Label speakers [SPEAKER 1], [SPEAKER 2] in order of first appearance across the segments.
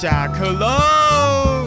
[SPEAKER 1] 下课喽！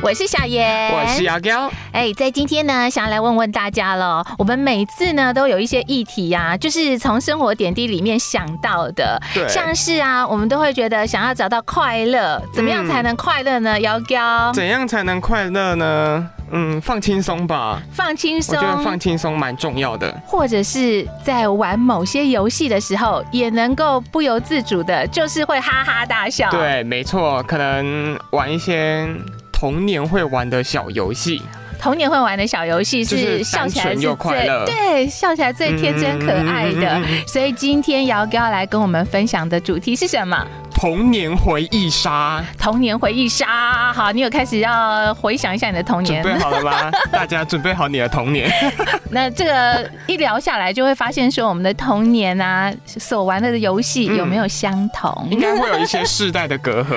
[SPEAKER 2] 我是小严，
[SPEAKER 1] 我是牙膏，
[SPEAKER 2] 哎，在今天呢，想要来问问大家了。我们每次呢都有一些议题呀、就是从生活点滴里面想到的，
[SPEAKER 1] 对
[SPEAKER 2] 像是啊，我们都会觉得想要找到快乐，怎么样才
[SPEAKER 1] 嗯
[SPEAKER 2] 能快乐呢？瑶瑶，
[SPEAKER 1] 怎样才能快乐呢？嗯，放轻松吧，
[SPEAKER 2] 放轻
[SPEAKER 1] 我
[SPEAKER 2] 松
[SPEAKER 1] 觉，得放轻松蛮重要的。
[SPEAKER 2] 或者是在玩某些游戏的时候，也能够不由自主的，就是会哈哈大笑。。
[SPEAKER 1] 对，没错，可能玩一些童年会玩的小游戏，
[SPEAKER 2] 童年会玩的小游戏
[SPEAKER 1] 就是
[SPEAKER 2] 是笑起来
[SPEAKER 1] 单纯
[SPEAKER 2] 是
[SPEAKER 1] 又
[SPEAKER 2] 最
[SPEAKER 1] 快乐
[SPEAKER 2] 对，笑起来最天真可爱的。
[SPEAKER 1] 嗯嗯嗯嗯嗯
[SPEAKER 2] 所以今天姚哥要来跟我们分享的主题是什么？
[SPEAKER 1] 嗯童年回忆杀，
[SPEAKER 2] 童年回忆杀。好，你有开始要回想一下你的童
[SPEAKER 1] 准
[SPEAKER 2] 年
[SPEAKER 1] 备。啊好了 吗？大家准备好你的童年。
[SPEAKER 2] 那这个一聊下来，就会发现说我们的童年啊，所玩的游戏
[SPEAKER 1] 嗯
[SPEAKER 2] 有没有相同？
[SPEAKER 1] 应该会有一些世代的隔阂，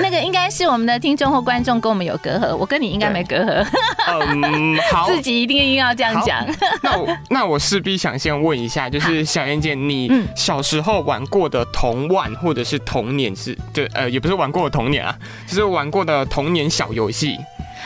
[SPEAKER 2] 那个应该是我们的听众或观众跟我们有隔阂，我跟你应该没隔阂，
[SPEAKER 1] 嗯，好，
[SPEAKER 2] 自己一定硬要这样
[SPEAKER 1] 好
[SPEAKER 2] 讲。
[SPEAKER 1] 那我那我势必想先问一下，就是小燕姐，你
[SPEAKER 2] 嗯
[SPEAKER 1] 小时候玩过的童玩或者是童年是，就呃也不是玩过的童年啊，就是玩过的童年小游戏。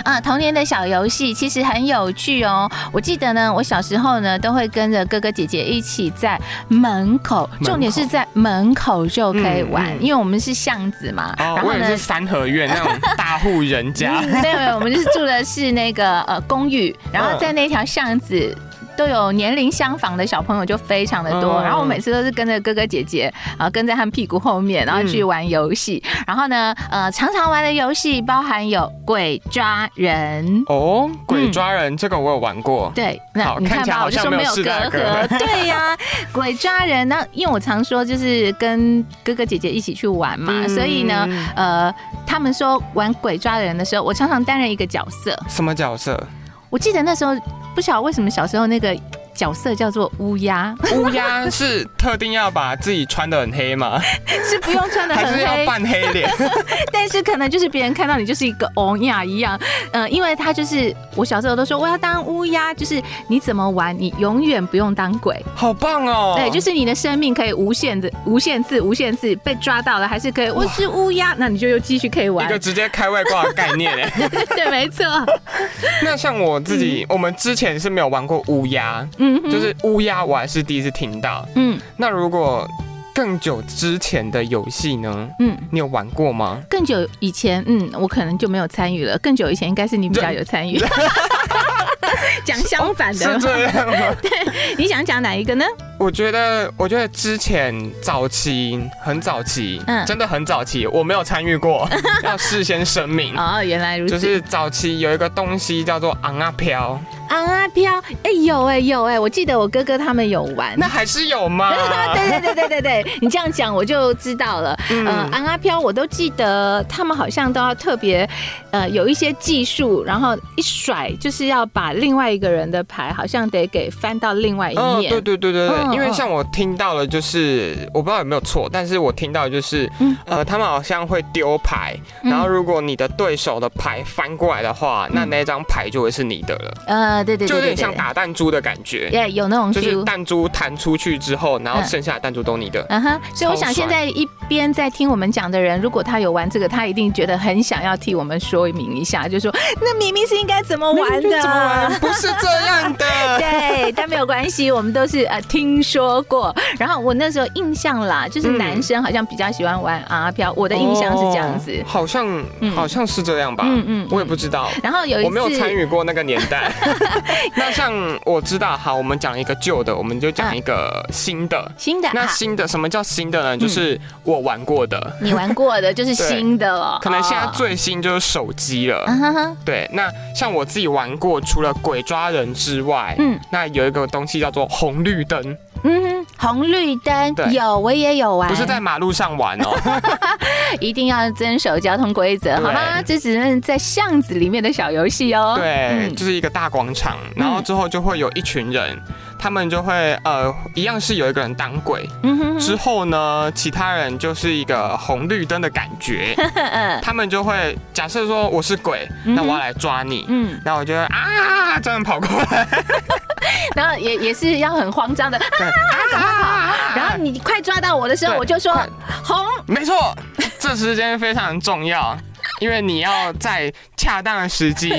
[SPEAKER 2] 啊，童年的小游戏其实很有趣哦。我记得呢，我小时候呢都会跟着哥哥姐姐一起在门口，
[SPEAKER 1] 口
[SPEAKER 2] 重点是在门口就可以玩，
[SPEAKER 1] 嗯嗯
[SPEAKER 2] 因为我们是巷子嘛。
[SPEAKER 1] 哦，我也是三合院那种大户人家。
[SPEAKER 2] 嗯对，我们就是住的是那个呃公寓，然
[SPEAKER 1] 嗯
[SPEAKER 2] 后在那条巷子。都有年龄相仿的小朋友就非常的多，
[SPEAKER 1] 嗯
[SPEAKER 2] 然后我每次都是跟着哥哥姐姐，啊，跟在他们屁股后面，然后
[SPEAKER 1] 嗯
[SPEAKER 2] 去玩游戏。然后呢，呃，常常玩的游戏包含有鬼抓人，
[SPEAKER 1] 哦，鬼抓人、这个我有玩过。
[SPEAKER 2] 对，那
[SPEAKER 1] 好
[SPEAKER 2] 你
[SPEAKER 1] 看
[SPEAKER 2] 看
[SPEAKER 1] 起来
[SPEAKER 2] 吧，
[SPEAKER 1] 好
[SPEAKER 2] 我就
[SPEAKER 1] 像
[SPEAKER 2] 说
[SPEAKER 1] 没有
[SPEAKER 2] 有
[SPEAKER 1] 世
[SPEAKER 2] 隔
[SPEAKER 1] 代
[SPEAKER 2] 阂。 对呀、鬼抓人。那因为我常说就是跟哥哥姐姐一起去玩嘛，
[SPEAKER 1] 嗯
[SPEAKER 2] 啊所以呢，呃，他们说玩鬼抓人的时候，我常常担任一个角色。
[SPEAKER 1] 什么角 色？
[SPEAKER 2] 我记得那时候不晓得为什么小时候那个角色叫做乌鸦，
[SPEAKER 1] 乌鸦是特定要把自己穿的很黑吗？
[SPEAKER 2] 是不用穿的
[SPEAKER 1] 还
[SPEAKER 2] 很
[SPEAKER 1] 是要
[SPEAKER 2] 黑，
[SPEAKER 1] 扮黑 脸？
[SPEAKER 2] 但是可能就是别人看到你就是一个欧亚一样，嗯、因为他就是我小时候都说我要当乌鸦，就是你怎么玩，你永远不用当鬼，
[SPEAKER 1] 好棒哦！
[SPEAKER 2] 对，就是你的生命可以无限的、无限次、无限次被抓到了，还是可以。我是乌鸦，那你就又继续可以
[SPEAKER 1] 一
[SPEAKER 2] 玩
[SPEAKER 1] 个。直接开外挂的概念 哎。
[SPEAKER 2] 对，没错。
[SPEAKER 1] 那像我自己，我们之前是没有玩过乌鸦，
[SPEAKER 2] 嗯哼，
[SPEAKER 1] 就是乌鸦，我还是第一次听到。
[SPEAKER 2] 嗯
[SPEAKER 1] 那如果更久之前的游戏呢？
[SPEAKER 2] 嗯。
[SPEAKER 1] 你有玩过吗？
[SPEAKER 2] 更久以前，嗯，我可能就没有参与了。更久以前，应该是你比较 有参与。 讲相反
[SPEAKER 1] 哦是
[SPEAKER 2] 的，
[SPEAKER 1] 这样吗？
[SPEAKER 2] 你想讲哪一个呢？
[SPEAKER 1] 我觉得，我觉得之前早期很早期，
[SPEAKER 2] 嗯
[SPEAKER 1] 真的很早期，我没有参与 过，要事先声明。
[SPEAKER 2] 哦，原来如此。
[SPEAKER 1] 嗯就是早期有一个东西叫做昂啊飘，
[SPEAKER 2] 啊飘，哎、有哎、有哎、我记得我哥哥他们有玩。啊
[SPEAKER 1] 那还是有吗？
[SPEAKER 2] 对对对对对对，你这样讲我就知道了。
[SPEAKER 1] 嗯
[SPEAKER 2] 呃，安阿飘，我都记得他们好像都要特别，呃，有一些技术，然后一甩就是要把另外一个人的牌，好像得给翻到另外一
[SPEAKER 1] 嗯，
[SPEAKER 2] 面。
[SPEAKER 1] 对对对对对，
[SPEAKER 2] 嗯
[SPEAKER 1] 因为
[SPEAKER 2] 嗯
[SPEAKER 1] 像我听到了，就是我不知道有没有错，但是我听到的就是，
[SPEAKER 2] 嗯
[SPEAKER 1] 呃，他们好像会丢牌，然后如果你的对手的牌翻过来的话，那那张牌就会是你的了，
[SPEAKER 2] 呃，嗯对对
[SPEAKER 1] 就有
[SPEAKER 2] 对对
[SPEAKER 1] 点
[SPEAKER 2] 对
[SPEAKER 1] 像
[SPEAKER 2] 对，
[SPEAKER 1] 打弹珠的感觉，
[SPEAKER 2] 也有那种
[SPEAKER 1] 就是
[SPEAKER 2] feel。
[SPEAKER 1] 弹珠弹出去之后，然后
[SPEAKER 2] 嗯
[SPEAKER 1] 剩下的弹珠都你的。
[SPEAKER 2] 嗯哼，所以我
[SPEAKER 1] 超
[SPEAKER 2] 想现
[SPEAKER 1] 帅
[SPEAKER 2] 在一边在听我们讲的人，如果他有玩这个，他一定觉得很想要替我们说明一下，就说那明明是应该怎么玩的，啊
[SPEAKER 1] 怎么玩？哦啊不是这样 的。
[SPEAKER 2] 对，但没有关系，我们都是呃听说过。然后我那时候印象啦，就是
[SPEAKER 1] 嗯
[SPEAKER 2] 男生好像比较喜欢玩阿飘， 我的印象是这样子。
[SPEAKER 1] 哦好像
[SPEAKER 2] 嗯
[SPEAKER 1] 好像是这样吧，
[SPEAKER 2] 嗯嗯
[SPEAKER 1] 我也不知道。
[SPEAKER 2] 然后有一次，
[SPEAKER 1] 我没有参与过那个年 代。那像我知道，好，我们讲一个旧的，我们就讲一个新的。
[SPEAKER 2] 新的
[SPEAKER 1] 那
[SPEAKER 2] 啊，
[SPEAKER 1] 新的什么叫新的呢？就是我玩过的，
[SPEAKER 2] 你玩过的就是
[SPEAKER 1] 对
[SPEAKER 2] 新的了。
[SPEAKER 1] 可能现在
[SPEAKER 2] 哦
[SPEAKER 1] 最新就是手机
[SPEAKER 2] 啊
[SPEAKER 1] 了。
[SPEAKER 2] 哈哈，
[SPEAKER 1] 对，那像我自己玩过，除了鬼抓人之外，
[SPEAKER 2] 嗯
[SPEAKER 1] 那有一个东西叫做红绿灯，
[SPEAKER 2] 嗯哼，红绿灯
[SPEAKER 1] 对
[SPEAKER 2] 有，我也有玩，
[SPEAKER 1] 不是在马路上玩哦，
[SPEAKER 2] 一定要遵守交通规则，
[SPEAKER 1] 对
[SPEAKER 2] 好吗？这只是在巷 子里面的小游戏哦。
[SPEAKER 1] 对，
[SPEAKER 2] 嗯
[SPEAKER 1] 就是一个大广场，然后之后就会有一群人，他们就会呃，一样是有一个人当鬼，
[SPEAKER 2] 嗯哼
[SPEAKER 1] 之
[SPEAKER 2] 哼，
[SPEAKER 1] 后呢，其他人就是一个红绿灯的感 觉，
[SPEAKER 2] 嗯
[SPEAKER 1] 他们就会假设说我是鬼，
[SPEAKER 2] 嗯哼
[SPEAKER 1] 那我要来抓你，
[SPEAKER 2] 嗯，
[SPEAKER 1] 那我就会啊，这样跑过 来，
[SPEAKER 2] 然后也也是要很慌张的，
[SPEAKER 1] 对啊
[SPEAKER 2] 然后你快抓到我的时候，
[SPEAKER 1] 对
[SPEAKER 2] 我就说
[SPEAKER 1] 快
[SPEAKER 2] 红，
[SPEAKER 1] 没错，这时间非常重要，因为你要在恰当的时 机，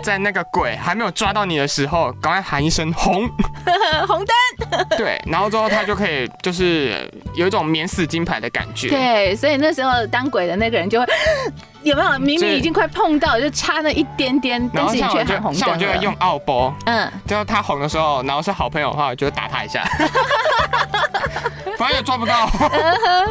[SPEAKER 1] 在那个鬼还没有抓到你的时候，赶快喊一声红，
[SPEAKER 2] 呃红灯。
[SPEAKER 1] 对，然后之后他就可以就是有一种免死金牌的感觉，
[SPEAKER 2] 对，所以那时候当鬼的那个人就会， 有没有？明明
[SPEAKER 1] 嗯这
[SPEAKER 2] 已经快碰到，就差那一点点，
[SPEAKER 1] 然
[SPEAKER 2] 但
[SPEAKER 1] 后
[SPEAKER 2] 是你
[SPEAKER 1] 像我
[SPEAKER 2] 却喊
[SPEAKER 1] 就
[SPEAKER 2] 红
[SPEAKER 1] 像我
[SPEAKER 2] 灯
[SPEAKER 1] 就会用
[SPEAKER 2] 了。
[SPEAKER 1] 奥波，
[SPEAKER 2] 嗯，
[SPEAKER 1] 就是他红的时候，然后是好朋友的话，我就打他一下，反正也抓不到，
[SPEAKER 2] 嗯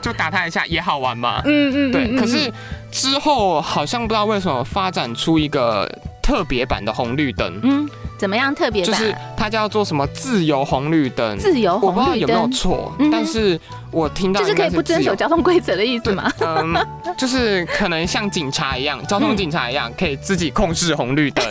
[SPEAKER 1] 就打他一下也好玩嘛。
[SPEAKER 2] 嗯嗯，嗯
[SPEAKER 1] 对，
[SPEAKER 2] 嗯
[SPEAKER 1] 可是之后好像不知道为什么发展出一个特别版的红绿灯，
[SPEAKER 2] 嗯，怎么样特别
[SPEAKER 1] 就
[SPEAKER 2] 版？
[SPEAKER 1] 是它叫做什么自由红绿灯，
[SPEAKER 2] 自由
[SPEAKER 1] 我不知
[SPEAKER 2] 红
[SPEAKER 1] 道
[SPEAKER 2] 绿
[SPEAKER 1] 有没有
[SPEAKER 2] 灯，
[SPEAKER 1] 错
[SPEAKER 2] 嗯哼，
[SPEAKER 1] 但是我听到
[SPEAKER 2] 就是可以
[SPEAKER 1] 应该
[SPEAKER 2] 不遵
[SPEAKER 1] 自由
[SPEAKER 2] 守交通规则的意思
[SPEAKER 1] 对
[SPEAKER 2] 嘛？？
[SPEAKER 1] 嗯，就是可能像警察一样，交通警察一样，可以自己控制红绿灯。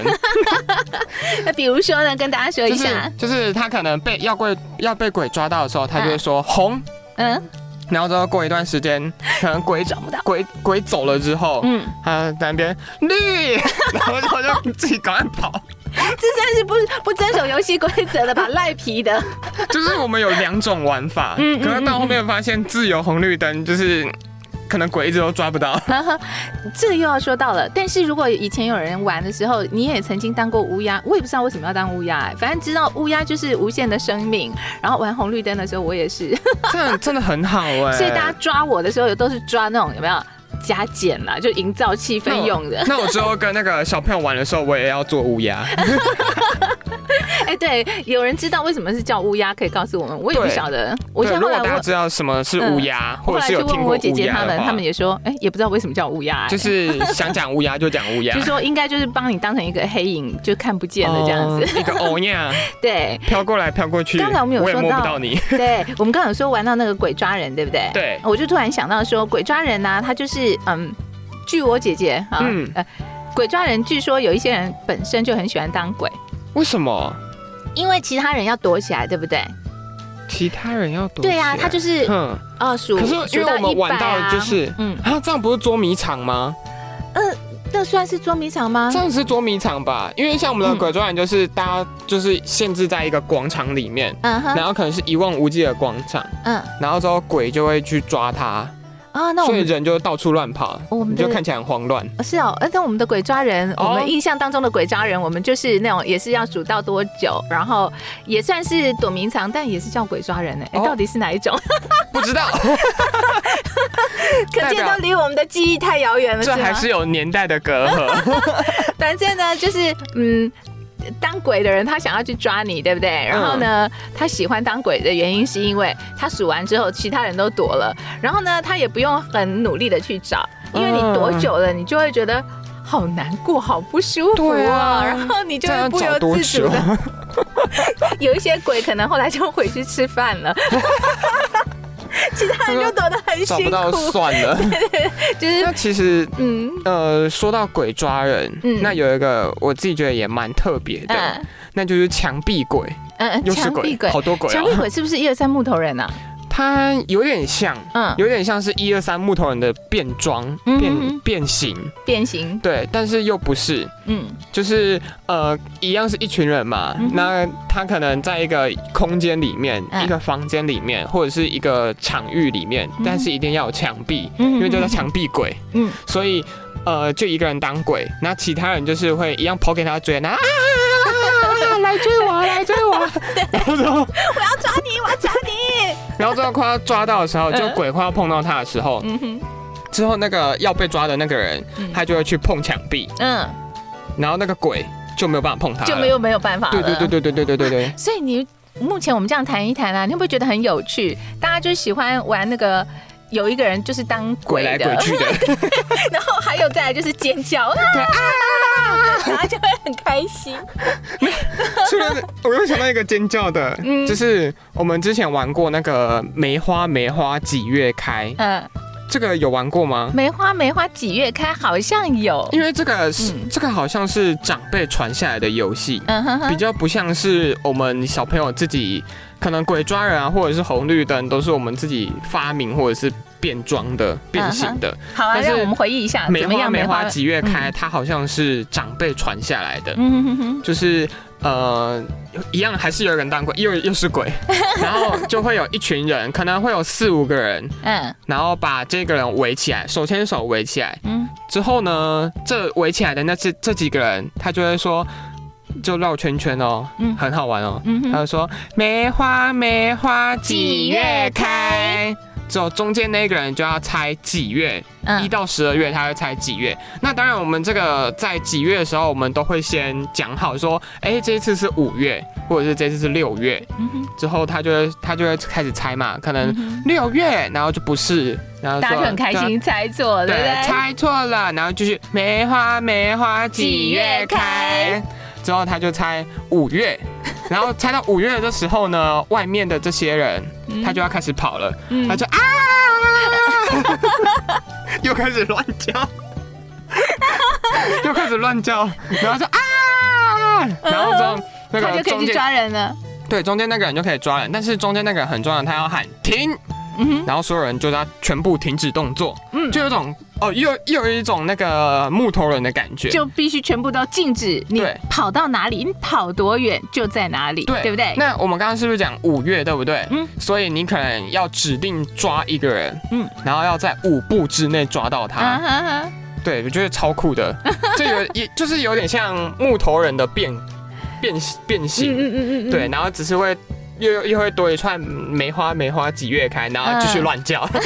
[SPEAKER 2] 那 比如说呢，跟大家说一
[SPEAKER 1] 就是
[SPEAKER 2] 下，
[SPEAKER 1] 就是他可能被要鬼要被鬼抓到的时候，他就会说红，
[SPEAKER 2] 嗯
[SPEAKER 1] 然后之后过一段时间，可能鬼
[SPEAKER 2] 找不 到
[SPEAKER 1] 鬼鬼走了之后，
[SPEAKER 2] 嗯，
[SPEAKER 1] 他在那边 绿，然后我就自己赶快跑。
[SPEAKER 2] 这算是不不遵守游戏规 则的吧？赖皮的，
[SPEAKER 1] 就是我们有两种玩法，
[SPEAKER 2] 嗯嗯
[SPEAKER 1] 可能到后面发现自由红绿灯就是。可能鬼一直都抓不到，
[SPEAKER 2] 这个又要说到了。但是如果以前有人玩的时候，你也曾经当过乌鸦，我也不知道为什么要当乌鸦、哎反正知道乌鸦就是无限的生命。然后玩红绿灯的时候，我也是。
[SPEAKER 1] 真的真的很好哎、
[SPEAKER 2] 嗯所以大家抓我的时候，有都是抓那种有没有加减啊啦，就营造气氛用的。
[SPEAKER 1] 那我之后跟那个小朋友玩的时候，我也要做乌鸦。
[SPEAKER 2] 哎、对，有人知道为什么是叫乌鸦，可以告诉我们，我也不
[SPEAKER 1] 对
[SPEAKER 2] 晓得。 我
[SPEAKER 1] 对
[SPEAKER 2] 像
[SPEAKER 1] 如
[SPEAKER 2] 后
[SPEAKER 1] 果
[SPEAKER 2] 来
[SPEAKER 1] 大家
[SPEAKER 2] 我。嗯
[SPEAKER 1] 知道什么是乌鸦，或
[SPEAKER 2] 后
[SPEAKER 1] 者
[SPEAKER 2] 来
[SPEAKER 1] 是
[SPEAKER 2] 去
[SPEAKER 1] 有听
[SPEAKER 2] 问
[SPEAKER 1] 过
[SPEAKER 2] 我姐
[SPEAKER 1] 乌
[SPEAKER 2] 姐
[SPEAKER 1] 鸦
[SPEAKER 2] 他们
[SPEAKER 1] 的，话，
[SPEAKER 2] 他们也说，哎、也不知道为什么叫乌鸦、哎
[SPEAKER 1] 就是想讲乌鸦就讲乌鸦，
[SPEAKER 2] 就说应该就是帮你当成一个黑影，就看不见了这样子。
[SPEAKER 1] 哦一个欧呀，
[SPEAKER 2] 对
[SPEAKER 1] 飘过来飘过去，
[SPEAKER 2] 刚才我们有
[SPEAKER 1] 也
[SPEAKER 2] 说
[SPEAKER 1] 摸
[SPEAKER 2] 到
[SPEAKER 1] 不到你，
[SPEAKER 2] 对，我们刚刚有说玩到那个鬼抓人，对不对？
[SPEAKER 1] 对
[SPEAKER 2] 我就突然想到说，鬼抓人呢、他就是嗯，据我姐姐啊，
[SPEAKER 1] 嗯
[SPEAKER 2] 呃，鬼抓人，据说有一些人本身就很喜欢当鬼，
[SPEAKER 1] 为什么
[SPEAKER 2] 因为其他人要躲起来，对不对？
[SPEAKER 1] 其他人要躲起来？
[SPEAKER 2] 对呀、他就是
[SPEAKER 1] 哼，
[SPEAKER 2] 哦数，
[SPEAKER 1] 可是因
[SPEAKER 2] 数
[SPEAKER 1] 为我
[SPEAKER 2] 到
[SPEAKER 1] 们
[SPEAKER 2] 一百
[SPEAKER 1] 玩到的
[SPEAKER 2] 啊，
[SPEAKER 1] 就是。
[SPEAKER 2] 嗯，
[SPEAKER 1] 啊，这样不是捉迷藏吗？
[SPEAKER 2] 那算是捉迷藏吗
[SPEAKER 1] 这？样是捉迷藏吧？因为像我们的
[SPEAKER 2] 啊嗯
[SPEAKER 1] 鬼抓人，就是大家就是限制在一个广场里面，
[SPEAKER 2] 嗯哼，
[SPEAKER 1] 然后可能是一望无际的广场，
[SPEAKER 2] 嗯
[SPEAKER 1] 然后之后鬼就会去抓他，
[SPEAKER 2] 啊，那我
[SPEAKER 1] 所以
[SPEAKER 2] 们哦
[SPEAKER 1] 人就到处乱跑，
[SPEAKER 2] 我们
[SPEAKER 1] 你
[SPEAKER 2] 的
[SPEAKER 1] 就看起来很慌 乱。
[SPEAKER 2] 哦是哦，呃那我们的鬼抓人，
[SPEAKER 1] 哦
[SPEAKER 2] 我们印象当中的鬼抓人，我们就是那种也是要数到多久，然后也算是躲迷藏，但也是叫鬼抓人呢、哎
[SPEAKER 1] 哦
[SPEAKER 2] 到底是哪一种？
[SPEAKER 1] 不知道，
[SPEAKER 2] 可见都离我们的记忆太遥远了，
[SPEAKER 1] 这
[SPEAKER 2] 是
[SPEAKER 1] 还
[SPEAKER 2] 吗？
[SPEAKER 1] 是有年代的隔 阂。
[SPEAKER 2] 反正呢，就是嗯。当鬼的人，他想要去抓你，对不对？然后呢，
[SPEAKER 1] 嗯
[SPEAKER 2] 他喜欢当鬼的原因是因为他数完之后，其他人都躲了，然后呢，他也不用很努力的去找，因为你躲久了，你就会觉得好难过、好不舒服
[SPEAKER 1] 对啊
[SPEAKER 2] 然后你就
[SPEAKER 1] 这
[SPEAKER 2] 会
[SPEAKER 1] 样
[SPEAKER 2] 不
[SPEAKER 1] 找
[SPEAKER 2] 由
[SPEAKER 1] 多
[SPEAKER 2] 自主
[SPEAKER 1] 久？
[SPEAKER 2] 的， 有一些鬼可能后来就回去吃 饭了，其他人就躲得很
[SPEAKER 1] 找不
[SPEAKER 2] 辛
[SPEAKER 1] 到
[SPEAKER 2] 苦，
[SPEAKER 1] 算 了。
[SPEAKER 2] 就是
[SPEAKER 1] 那其实，
[SPEAKER 2] 嗯
[SPEAKER 1] 呃，说到鬼抓人，
[SPEAKER 2] 嗯
[SPEAKER 1] 那有一个我自己觉得也蛮特别的，
[SPEAKER 2] 嗯
[SPEAKER 1] 那就是墙壁鬼，
[SPEAKER 2] 嗯，
[SPEAKER 1] 又是
[SPEAKER 2] 墙
[SPEAKER 1] 鬼
[SPEAKER 2] 壁，鬼，
[SPEAKER 1] 好多鬼啊
[SPEAKER 2] 墙。壁 鬼是不是一二三木头人啊？
[SPEAKER 1] 它有点像，
[SPEAKER 2] 嗯，
[SPEAKER 1] 有点像是一二三木头人的变装、
[SPEAKER 2] 嗯
[SPEAKER 1] 变变形，
[SPEAKER 2] 变形，
[SPEAKER 1] 对，但是又不是。
[SPEAKER 2] 嗯
[SPEAKER 1] 就是呃，一样是一群人嘛，
[SPEAKER 2] 嗯哼
[SPEAKER 1] 那他可能在一个空间里面、
[SPEAKER 2] 嗯
[SPEAKER 1] 一个房间里面，或者是一个场域里面，
[SPEAKER 2] 哼
[SPEAKER 1] 但是一定要有墙壁，
[SPEAKER 2] 嗯，
[SPEAKER 1] 因为叫做墙壁鬼，
[SPEAKER 2] 嗯
[SPEAKER 1] 所以呃，就一个人当鬼，那其他人就是会一样跑给他追， 那啊。来追我，来追我！然后之后，
[SPEAKER 2] 抓你，我要抓 你，
[SPEAKER 1] 然后之后快要抓到的时候，就
[SPEAKER 2] 嗯
[SPEAKER 1] 鬼快要碰到他的时候，
[SPEAKER 2] 嗯哼，
[SPEAKER 1] 之后那个要被抓的那个人，
[SPEAKER 2] 嗯
[SPEAKER 1] 他就会去碰墙壁，
[SPEAKER 2] 嗯，
[SPEAKER 1] 然后那个鬼就没有办法碰他了，
[SPEAKER 2] 就没有没有办法
[SPEAKER 1] 对对对
[SPEAKER 2] 对，
[SPEAKER 1] 对对对对对对。
[SPEAKER 2] 所以你目前我们这样谈一谈啊，你会不会觉得很有趣？大家就喜欢玩那个。有一个人就是当
[SPEAKER 1] 鬼
[SPEAKER 2] 鬼
[SPEAKER 1] 来
[SPEAKER 2] 的，
[SPEAKER 1] 鬼去的，
[SPEAKER 2] 然后 还有再来就是尖 叫，啊，然后就会很开心。
[SPEAKER 1] 突然我又想到一个尖叫的，
[SPEAKER 2] 嗯
[SPEAKER 1] 就是我们之前玩过那个梅花梅花几月开，
[SPEAKER 2] 嗯，
[SPEAKER 1] 这个有玩过吗？
[SPEAKER 2] 梅花梅花几月开？好像有，
[SPEAKER 1] 因为这个是、
[SPEAKER 2] 哦嗯
[SPEAKER 1] 这个好像是长辈传下来的游戏，
[SPEAKER 2] 嗯哼
[SPEAKER 1] 比
[SPEAKER 2] 哼，
[SPEAKER 1] 较不像是我们小朋友自己，可能鬼抓人啊，或者是红绿灯，都是我们自己发明或者是变装的、变形的。
[SPEAKER 2] 好啊，
[SPEAKER 1] 但是
[SPEAKER 2] 让我们回忆一下，
[SPEAKER 1] 梅
[SPEAKER 2] 怎么
[SPEAKER 1] 花
[SPEAKER 2] 样？
[SPEAKER 1] 梅
[SPEAKER 2] 梅
[SPEAKER 1] 花
[SPEAKER 2] 花，
[SPEAKER 1] 几月开？它好像是长辈传下来的，
[SPEAKER 2] 嗯哼哼
[SPEAKER 1] 就是呃，一样还是有人当鬼，又又是 鬼，然后就会有一群人，可能会有四五个人，
[SPEAKER 2] 哼，嗯
[SPEAKER 1] 然后把这个人围起来，手牵手围起来。
[SPEAKER 2] 嗯，
[SPEAKER 1] 之后呢，这围起来的那这这几个人，他就会说，就绕圈圈哦，
[SPEAKER 2] 嗯
[SPEAKER 1] 很好玩哦。
[SPEAKER 2] 嗯
[SPEAKER 1] 他
[SPEAKER 2] 哼，
[SPEAKER 1] 就说梅花梅花几月
[SPEAKER 2] 几月开
[SPEAKER 1] 开，之后中间那个人就要猜几月，一、
[SPEAKER 2] 嗯，
[SPEAKER 1] 到十二月他会猜几月。那当然，我们这个在几月的时候，我们都会先讲好说，哎、这一次是五月，或者是这次是六月。
[SPEAKER 2] 嗯哼
[SPEAKER 1] 之后他就会他就会开始猜嘛，可能
[SPEAKER 2] 嗯哼
[SPEAKER 1] 六月，然后就不是，然后
[SPEAKER 2] 大家就
[SPEAKER 1] 说啊
[SPEAKER 2] 很开。心，猜错，
[SPEAKER 1] 对
[SPEAKER 2] 对不对？
[SPEAKER 1] 猜错了，然后继续梅花梅花几月开，之后他就猜五月，然后猜到五月的时候呢，外面的这些人
[SPEAKER 2] 嗯
[SPEAKER 1] 他就要开始跑了，
[SPEAKER 2] 嗯
[SPEAKER 1] 他就啊， 又开始乱叫， 又开始乱叫，然后就啊，然后之后那
[SPEAKER 2] 他
[SPEAKER 1] 个
[SPEAKER 2] 就可
[SPEAKER 1] 中
[SPEAKER 2] 以去
[SPEAKER 1] 间
[SPEAKER 2] 抓人了，
[SPEAKER 1] 对，中间那个人就可以抓人，但是中间那个人很重要，他要喊停，
[SPEAKER 2] 嗯哼，
[SPEAKER 1] 然后所有人就要全部停止动作，
[SPEAKER 2] 嗯
[SPEAKER 1] 就有一种哦，又又有一种那个木头人的感觉，
[SPEAKER 2] 就必须全部都禁止，你
[SPEAKER 1] 对
[SPEAKER 2] 跑到哪里，你跑多远就在哪里，
[SPEAKER 1] 对
[SPEAKER 2] 对不对？
[SPEAKER 1] 那我们刚刚是不是讲五月，对不对？
[SPEAKER 2] 嗯
[SPEAKER 1] 嗯，所以你可能要指定抓一个人，
[SPEAKER 2] 嗯
[SPEAKER 1] 嗯，然后要在五步之内抓到他，
[SPEAKER 2] 啊哈哈，
[SPEAKER 1] 对，我觉得超酷的，就有也就是有点像木头人的变变变形，
[SPEAKER 2] 嗯
[SPEAKER 1] 对，，然后只是会又又会多一串梅花梅花几月开，然后继续
[SPEAKER 2] 啊
[SPEAKER 1] 乱叫。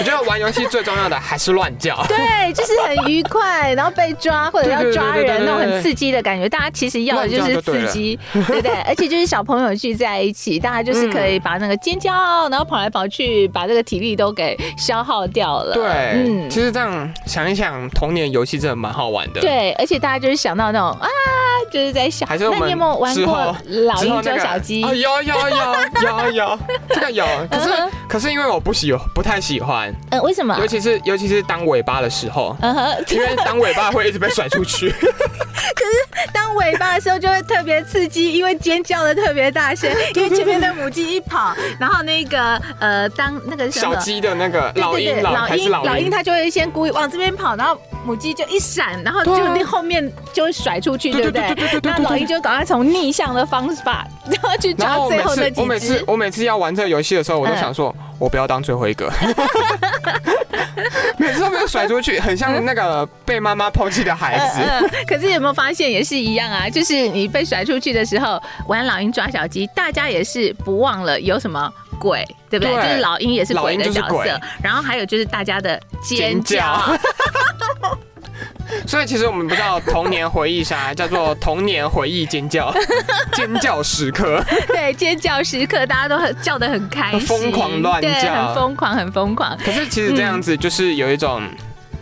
[SPEAKER 1] 我觉得玩游戏最重要的还是乱叫，
[SPEAKER 2] 对，就是很愉快，然后被抓或者要
[SPEAKER 1] 对对
[SPEAKER 2] 抓
[SPEAKER 1] 对对
[SPEAKER 2] 人
[SPEAKER 1] 对
[SPEAKER 2] 那种很
[SPEAKER 1] 对
[SPEAKER 2] 刺激的感觉。大家其实要的就
[SPEAKER 1] 乱叫
[SPEAKER 2] 是
[SPEAKER 1] 就对
[SPEAKER 2] 刺
[SPEAKER 1] 了
[SPEAKER 2] 激，对不对？ 而且就是小朋友聚在一起，大家就是可以把那个尖叫，然后跑来跑去，把这个体力都给消耗掉了。
[SPEAKER 1] 对，
[SPEAKER 2] 嗯
[SPEAKER 1] 其。实这样想一想，童年游戏真的蛮好玩的。，
[SPEAKER 2] 对，而且大家就是想到那种啊，就是在想，
[SPEAKER 1] 还是我
[SPEAKER 2] 那
[SPEAKER 1] 们
[SPEAKER 2] 你有没有玩
[SPEAKER 1] 之
[SPEAKER 2] 过
[SPEAKER 1] 后
[SPEAKER 2] 老
[SPEAKER 1] 之后
[SPEAKER 2] 鹰
[SPEAKER 1] 那
[SPEAKER 2] 捉
[SPEAKER 1] 个
[SPEAKER 2] 小鸡？
[SPEAKER 1] 哦，有有有有有，这个有，可是
[SPEAKER 2] 嗯
[SPEAKER 1] 可是因为我不喜不太喜欢，
[SPEAKER 2] 嗯，为什么
[SPEAKER 1] 尤？其是尤其是当尾巴的时候。
[SPEAKER 2] 嗯哼，
[SPEAKER 1] 因为当尾巴会一直被甩出去，
[SPEAKER 2] 当尾巴的时候就会特别刺激，因为尖叫的特别大声，因为前面的母鸡一跑，然后那个呃，当那个是什
[SPEAKER 1] 小
[SPEAKER 2] 么？
[SPEAKER 1] 鸡的那个
[SPEAKER 2] 对
[SPEAKER 1] 老
[SPEAKER 2] 对
[SPEAKER 1] 鹰
[SPEAKER 2] 对，
[SPEAKER 1] 老还是
[SPEAKER 2] 鹰
[SPEAKER 1] 老
[SPEAKER 2] 老鹰
[SPEAKER 1] 鹰，
[SPEAKER 2] 它就会先故意往这边跑，然后母鸡就一闪，然后就
[SPEAKER 1] 对啊
[SPEAKER 2] 那后面就会甩出去，对不
[SPEAKER 1] 对对对
[SPEAKER 2] 对
[SPEAKER 1] 对对对？对
[SPEAKER 2] 那老鹰就赶快从逆向的方法，然后去
[SPEAKER 1] 然
[SPEAKER 2] 抓
[SPEAKER 1] 后我
[SPEAKER 2] 最
[SPEAKER 1] 每
[SPEAKER 2] 后那
[SPEAKER 1] 次我
[SPEAKER 2] 几
[SPEAKER 1] 每次
[SPEAKER 2] 只。
[SPEAKER 1] 我每次要玩这个游戏的时候，我都想说，我不要当最后一个，每次都被甩出去，很像那个被妈妈抛弃的孩子。
[SPEAKER 2] 嗯，可是有没有发现也是一样啊？就是你被甩出去的时候，玩老鹰抓小鸡，大家也是不忘了有什么鬼，对不对？
[SPEAKER 1] 对
[SPEAKER 2] 就是老鹰也是
[SPEAKER 1] 老
[SPEAKER 2] 鬼
[SPEAKER 1] 鹰
[SPEAKER 2] 的
[SPEAKER 1] 就是
[SPEAKER 2] 角
[SPEAKER 1] 鬼
[SPEAKER 2] 色，然后还有就是大家的尖
[SPEAKER 1] 尖
[SPEAKER 2] 叫，
[SPEAKER 1] 叫 所以其实我们不叫童年回忆杀， 叫做童年回忆尖 叫，尖叫时刻。
[SPEAKER 2] 对，尖叫时刻大家都很叫得很开心，
[SPEAKER 1] 疯狂乱
[SPEAKER 2] 对，
[SPEAKER 1] 叫
[SPEAKER 2] 很疯狂，很疯狂，
[SPEAKER 1] 可是其实这样子就是有一种。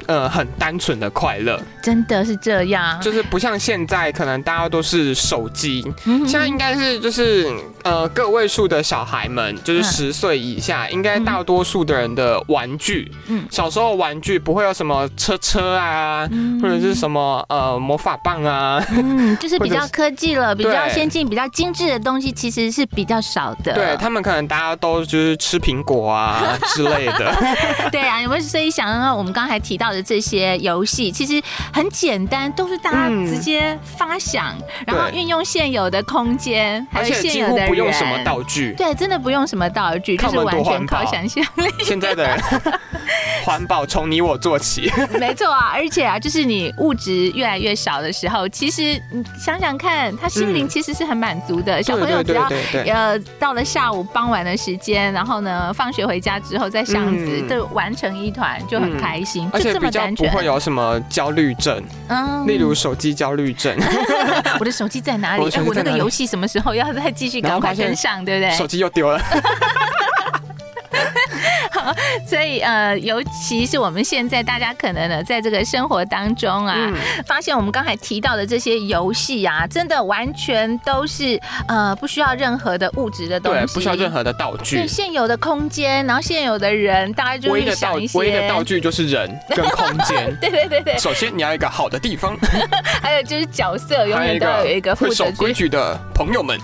[SPEAKER 1] 呃，很单纯的快乐，
[SPEAKER 2] 真的是这样。
[SPEAKER 1] 就是不像现在，可能大家都是手机，
[SPEAKER 2] 嗯
[SPEAKER 1] 现在应该是就是呃个位数的小孩们，
[SPEAKER 2] 嗯
[SPEAKER 1] 就是十岁以下，应该大多数的人的玩具，
[SPEAKER 2] 嗯
[SPEAKER 1] 小时候玩具不会有什么车车啊，
[SPEAKER 2] 嗯
[SPEAKER 1] 或者是什么呃魔法棒啊，
[SPEAKER 3] 嗯，就是比
[SPEAKER 1] 或者
[SPEAKER 3] 较
[SPEAKER 1] 是
[SPEAKER 3] 科技了，比
[SPEAKER 1] 对
[SPEAKER 3] 较先进、比较精致的东西，其实是比较少的。
[SPEAKER 1] 对他们可能大家都就是吃苹果啊之类 的，
[SPEAKER 3] 对啊，有没有？所以想到我们刚才提到的这些游戏，其实很简单，都是大家
[SPEAKER 1] 嗯
[SPEAKER 3] 直接发想，然后
[SPEAKER 1] 对
[SPEAKER 3] 运用现有的空间，还
[SPEAKER 1] 而
[SPEAKER 3] 有
[SPEAKER 1] 且
[SPEAKER 3] 现
[SPEAKER 1] 几
[SPEAKER 3] 有
[SPEAKER 1] 乎
[SPEAKER 3] 的人。
[SPEAKER 1] 不用什么道 具。
[SPEAKER 3] 对，真的不用什么道具，就
[SPEAKER 1] 看
[SPEAKER 3] 是
[SPEAKER 1] 我们
[SPEAKER 3] 完
[SPEAKER 1] 多
[SPEAKER 3] 全
[SPEAKER 1] 环
[SPEAKER 3] 靠
[SPEAKER 1] 保
[SPEAKER 3] 想象力。
[SPEAKER 1] 现在的人环保从你我做起，
[SPEAKER 3] 没错啊，而且啊，就是你物质越来越少的时候，其实你想想看，他心灵
[SPEAKER 1] 嗯
[SPEAKER 3] 其实是很满足的。 小
[SPEAKER 1] 对
[SPEAKER 3] 朋友
[SPEAKER 1] 对
[SPEAKER 3] 只
[SPEAKER 1] 对
[SPEAKER 3] 要
[SPEAKER 1] 对对。
[SPEAKER 3] 呃，到了下午傍晚的时间，然后呢，放学回家之后，在巷子
[SPEAKER 1] 嗯
[SPEAKER 3] 就玩成一团，就很开心，
[SPEAKER 1] 而
[SPEAKER 3] 就
[SPEAKER 1] 且
[SPEAKER 3] 这
[SPEAKER 1] 比
[SPEAKER 3] 么
[SPEAKER 1] 较
[SPEAKER 3] 单
[SPEAKER 1] 不
[SPEAKER 3] 纯。
[SPEAKER 1] 会有什么焦虑症，
[SPEAKER 3] 嗯
[SPEAKER 1] 例 如手机焦虑症，
[SPEAKER 3] 我的手机在哪里？
[SPEAKER 1] 我的手
[SPEAKER 3] 哎
[SPEAKER 1] 机
[SPEAKER 3] 我那
[SPEAKER 1] 在哪
[SPEAKER 3] 个
[SPEAKER 1] 里
[SPEAKER 3] 游戏什么时候要再继续
[SPEAKER 1] 然
[SPEAKER 3] 赶
[SPEAKER 1] 后
[SPEAKER 3] 快
[SPEAKER 1] 发现
[SPEAKER 3] 跟上，对不
[SPEAKER 1] 手
[SPEAKER 3] 对？
[SPEAKER 1] 机又丢了。
[SPEAKER 2] 所以呃，尤其是我们现在大家可能呢，在这个生活当中啊，
[SPEAKER 1] 嗯，
[SPEAKER 2] 发现我们刚才提到的这些游戏啊，真的完全都是呃不需要任何的物质的东
[SPEAKER 1] 对，
[SPEAKER 2] 西，
[SPEAKER 1] 不需要任何的道具
[SPEAKER 2] 对，现有的空间，然后现有的人，大家就
[SPEAKER 1] 唯一
[SPEAKER 2] 是
[SPEAKER 1] 的道
[SPEAKER 2] 想一些。
[SPEAKER 1] 唯一的道具就是人跟空间
[SPEAKER 2] 对对对对，
[SPEAKER 1] 首先你要有一个好的地方，
[SPEAKER 2] 还有就是角色永
[SPEAKER 1] 还有
[SPEAKER 2] 远
[SPEAKER 1] 一
[SPEAKER 2] 都要
[SPEAKER 1] 个
[SPEAKER 2] 有一个
[SPEAKER 1] 会
[SPEAKER 2] 负
[SPEAKER 1] 守
[SPEAKER 2] 责
[SPEAKER 1] 规矩的朋友 们。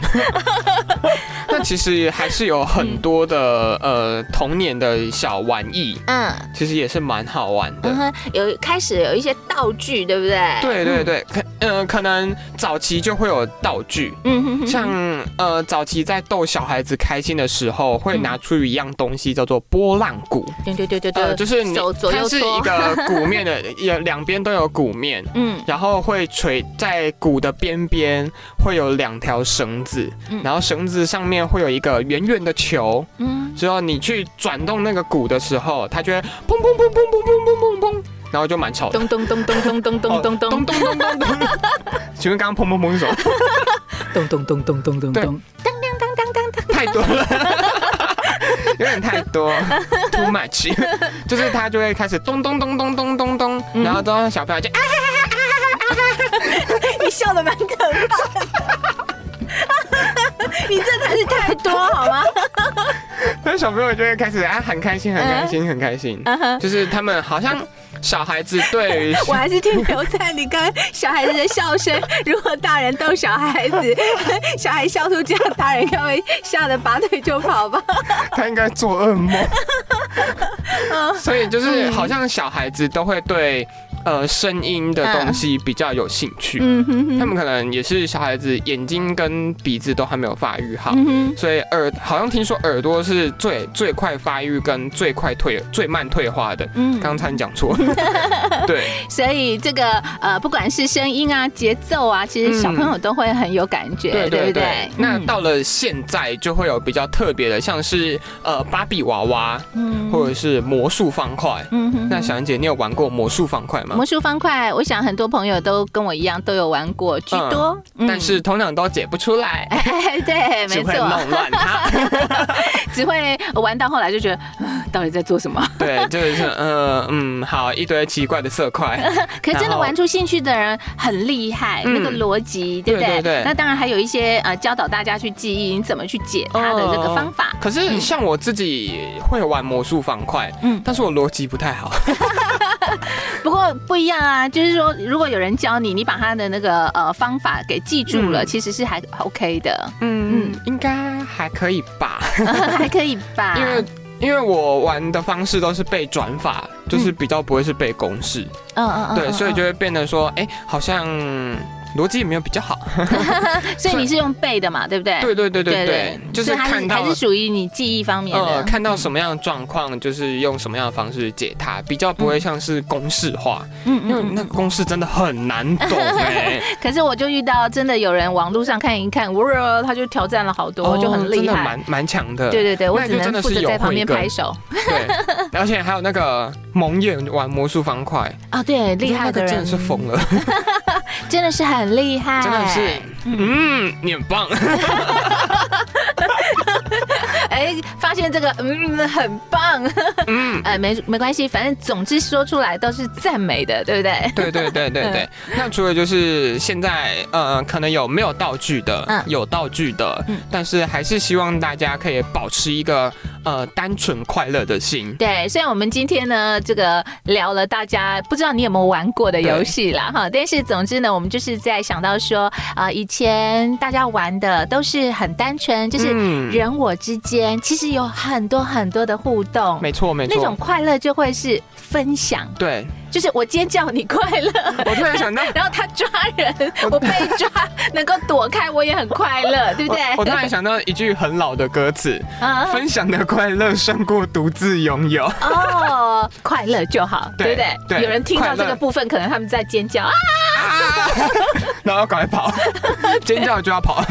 [SPEAKER 1] 那其实还是有很多的、呃童年的小玩意，
[SPEAKER 2] 嗯
[SPEAKER 1] 其实也是蛮好玩的。
[SPEAKER 2] 嗯哼，有开始有一些道具，对不对？，
[SPEAKER 1] 对对对，可呃可能早期就会有道具，
[SPEAKER 2] 嗯哼哼
[SPEAKER 1] 像呃早期在逗小孩子开心的时候，会拿出一样东西叫做波浪鼓，
[SPEAKER 2] 对对对对
[SPEAKER 1] 呃就
[SPEAKER 2] 对，
[SPEAKER 1] 是你
[SPEAKER 2] 嗯手左
[SPEAKER 1] 它
[SPEAKER 2] 右
[SPEAKER 1] 是一
[SPEAKER 2] 搓，
[SPEAKER 1] 个鼓面的，有两边都有鼓面。
[SPEAKER 2] 嗯
[SPEAKER 1] 然后会垂在鼓的边边，会有两条绳子，
[SPEAKER 2] 嗯
[SPEAKER 1] 然后绳子上面会有一个圆圆的球，
[SPEAKER 2] 嗯，
[SPEAKER 1] 之后你去转动那个鼓的时候，它就会砰砰砰砰砰砰砰砰砰，然后就蛮吵的。
[SPEAKER 4] 咚咚咚咚咚咚
[SPEAKER 1] 哦
[SPEAKER 4] 咚咚咚
[SPEAKER 1] 咚咚咚咚咚。请问刚刚砰砰砰是什么？
[SPEAKER 4] 咚咚咚咚咚咚
[SPEAKER 1] 对
[SPEAKER 4] 咚，
[SPEAKER 1] 太多了，有点太多，too much。就是他就会开始咚咚咚咚咚咚咚，
[SPEAKER 4] 嗯
[SPEAKER 1] 然后之后小朋友就啊，
[SPEAKER 2] 你笑的蛮可怕的， 你这才是太多好吗？
[SPEAKER 1] 那小朋友就会开始啊，很开心，很开心，很开心。
[SPEAKER 2] 嗯 哼
[SPEAKER 1] 就是他们好像小孩子对于
[SPEAKER 2] 我还是停留在你刚小孩子的笑声。如果大人逗小孩子， 小孩笑出这样，大人该会吓得拔腿就跑吧？
[SPEAKER 1] 他应该做噩梦，
[SPEAKER 2] 嗯
[SPEAKER 1] 所以就是好像小孩子都会对呃声音的东西比较有兴趣。
[SPEAKER 2] 嗯哼
[SPEAKER 1] 他们可能也是小孩子，眼睛跟鼻子都还没有发育好，
[SPEAKER 2] 嗯哼，
[SPEAKER 1] 所以耳好像听说耳朵是最最快发育跟最快退最慢退化的。
[SPEAKER 2] 嗯
[SPEAKER 1] 刚才你讲 错了，对，
[SPEAKER 2] 所以这个呃，不管是声音啊、节奏啊，其实小朋
[SPEAKER 1] 嗯
[SPEAKER 2] 友都会很有感觉，不对？
[SPEAKER 1] 那
[SPEAKER 2] 嗯
[SPEAKER 1] 到了现在就会有比较特别的，像是呃芭比娃娃
[SPEAKER 2] 嗯
[SPEAKER 1] 或者是魔术方块。
[SPEAKER 2] 嗯哼
[SPEAKER 1] 那小。安姐，你有玩过魔术方块吗？
[SPEAKER 2] 魔术方块，我想很多朋友都跟我一样都有玩过，居多。嗯
[SPEAKER 1] 但是通常都解不出来，
[SPEAKER 2] 哎， 对，
[SPEAKER 1] 只
[SPEAKER 2] 没
[SPEAKER 1] 会
[SPEAKER 2] 错，
[SPEAKER 1] 弄乱 它。
[SPEAKER 2] 只会玩到后来就觉得， 呃到底在做 什么？
[SPEAKER 1] 对，就是呃嗯，好，一堆奇怪的色 块。
[SPEAKER 2] 可是真
[SPEAKER 1] 然
[SPEAKER 2] 的
[SPEAKER 1] 后
[SPEAKER 2] 玩出兴趣的人很厉害，
[SPEAKER 1] 嗯
[SPEAKER 2] 那个逻辑，对不对？
[SPEAKER 1] 对对对
[SPEAKER 2] 那当然还有一些呃，教导大家去记忆，你怎么去解它的这个方 法。
[SPEAKER 1] 可是像我自己会玩魔术方块，
[SPEAKER 2] 嗯
[SPEAKER 1] 但是我逻辑不太好。
[SPEAKER 2] 不过不一样啊，就是说，如果有人教你，你把他的那个呃方法给记住了，
[SPEAKER 1] 嗯
[SPEAKER 2] 其实是还 OK 的，
[SPEAKER 1] 嗯
[SPEAKER 2] 嗯，啊
[SPEAKER 1] 应该还可以吧，
[SPEAKER 2] 还可以吧？
[SPEAKER 1] 因为。因为我玩的方式都是背转法，就是比较不会是背公式，
[SPEAKER 2] 嗯嗯嗯
[SPEAKER 1] 对，
[SPEAKER 2] 嗯
[SPEAKER 1] 所以
[SPEAKER 2] 嗯
[SPEAKER 1] 就会变得说，哎、好像逻辑也没有比较好。
[SPEAKER 2] 所以你是用背的嘛，对哎不
[SPEAKER 1] 对
[SPEAKER 2] 对？
[SPEAKER 1] 对对对对，就是
[SPEAKER 2] 所以它
[SPEAKER 1] 看
[SPEAKER 2] 是还
[SPEAKER 1] 到
[SPEAKER 2] 是属于你记忆方面
[SPEAKER 1] 呃，
[SPEAKER 2] 的。
[SPEAKER 1] 看到什么样的状况，就是用什么样的方式解它，比较不会像是公式化，
[SPEAKER 2] 嗯
[SPEAKER 1] 因为那个公式真的很难 懂哎、
[SPEAKER 2] 可是我就遇到真的有人网络上看一看，哇，他就挑战了好多，就很
[SPEAKER 1] 哦真
[SPEAKER 2] 厉
[SPEAKER 1] 的
[SPEAKER 2] 害。
[SPEAKER 1] 蛮蛮强的。
[SPEAKER 2] 对对对，我
[SPEAKER 1] 那
[SPEAKER 2] 只
[SPEAKER 1] 就真
[SPEAKER 2] 能
[SPEAKER 1] 的
[SPEAKER 2] 负
[SPEAKER 1] 是
[SPEAKER 2] 责
[SPEAKER 1] 有
[SPEAKER 2] 在旁边
[SPEAKER 1] 慧根
[SPEAKER 2] 拍手
[SPEAKER 1] 对，而且还有那个蒙眼玩魔术方块，
[SPEAKER 2] 啊，对，厉害
[SPEAKER 1] 我觉得那
[SPEAKER 2] 的
[SPEAKER 1] 个
[SPEAKER 2] 人
[SPEAKER 1] 真的是疯了，
[SPEAKER 2] 真的是很厉害，
[SPEAKER 1] 真的是，嗯，你很棒，
[SPEAKER 2] 哎，发现这个嗯很棒，
[SPEAKER 1] 嗯。
[SPEAKER 2] 哎没没关系，反正总之说出来都是赞美的，对不对？
[SPEAKER 1] 对对对对对，
[SPEAKER 2] 嗯
[SPEAKER 1] 那除了就是现在呃，可能有没有道具的，
[SPEAKER 2] 嗯
[SPEAKER 1] 有道具的，
[SPEAKER 2] 嗯
[SPEAKER 1] 但是还是希望大家可以保持一个呃单纯快乐的心。
[SPEAKER 2] 对，虽然我们今天呢，这个聊了大家不知道你有没有玩过的游戏啦，哈，但是总之呢，我们就是在想到说，啊、以前大家玩的都是很单纯，就是
[SPEAKER 1] 嗯
[SPEAKER 2] 人我之间、其实有很多很多的互动，
[SPEAKER 1] 没错没
[SPEAKER 2] 那
[SPEAKER 1] 错，
[SPEAKER 2] 种快乐就会是分享，
[SPEAKER 1] 对
[SPEAKER 2] 就是我今天叫你 快乐，
[SPEAKER 1] 我突然想到，
[SPEAKER 2] 然后他抓人，我被抓，能够躲开，我也很快乐，对不
[SPEAKER 1] 我
[SPEAKER 2] 对？
[SPEAKER 1] 我突然想到一句很老的歌 词：
[SPEAKER 2] 啊
[SPEAKER 1] 分享的快乐胜过独自拥 有。
[SPEAKER 2] 哦，快乐就好，
[SPEAKER 1] 对
[SPEAKER 2] 对不对？
[SPEAKER 1] 对
[SPEAKER 2] 有人听到
[SPEAKER 1] 快乐
[SPEAKER 2] 这个部分，可能他们在尖叫啊，
[SPEAKER 1] 啊然后要赶快 跑，尖叫就要跑。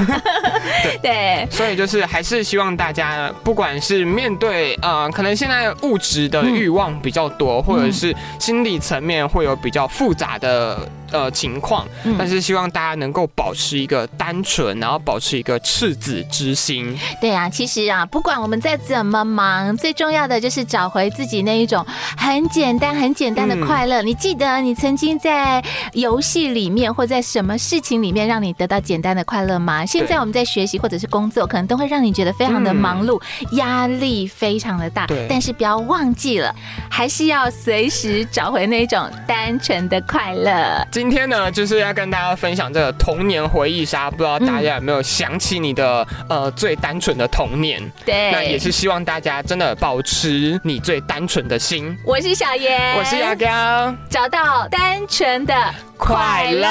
[SPEAKER 2] 对，
[SPEAKER 1] 所以就是还是希望大家，不管是面对呃，可能现在物质的欲望比较多，
[SPEAKER 2] 嗯
[SPEAKER 1] 或者是心理层面会有比较复杂的呃情况，
[SPEAKER 2] 嗯
[SPEAKER 1] 但是希望大家能够保持一个单纯，然后保持一个赤子之心。
[SPEAKER 2] 对啊，其实啊，不管我们再怎么忙，最重要的就是找回自己那一种很简单、很简
[SPEAKER 1] 嗯
[SPEAKER 2] 单的快乐。你记得你曾经在游戏里面或在什么事情里面让你得到简单的快乐吗？现在我们在学习或者是工作，可能都会让你觉得非常的忙碌，压力非常的大
[SPEAKER 1] 嗯对。
[SPEAKER 2] 但是不要忘记了，还是要随时找回那种单纯的快乐。
[SPEAKER 1] 今天呢，就是要跟大家分享这个童年回忆杀，不知道大家有没有想起你的、呃最单纯的童年？
[SPEAKER 2] 对，
[SPEAKER 1] 那也是希望大家真的保持你最单纯的心。
[SPEAKER 2] 我是小妍，
[SPEAKER 1] 我是牙膏。
[SPEAKER 2] 找到单纯的
[SPEAKER 1] 快乐。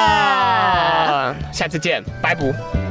[SPEAKER 1] 下次见，拜拜。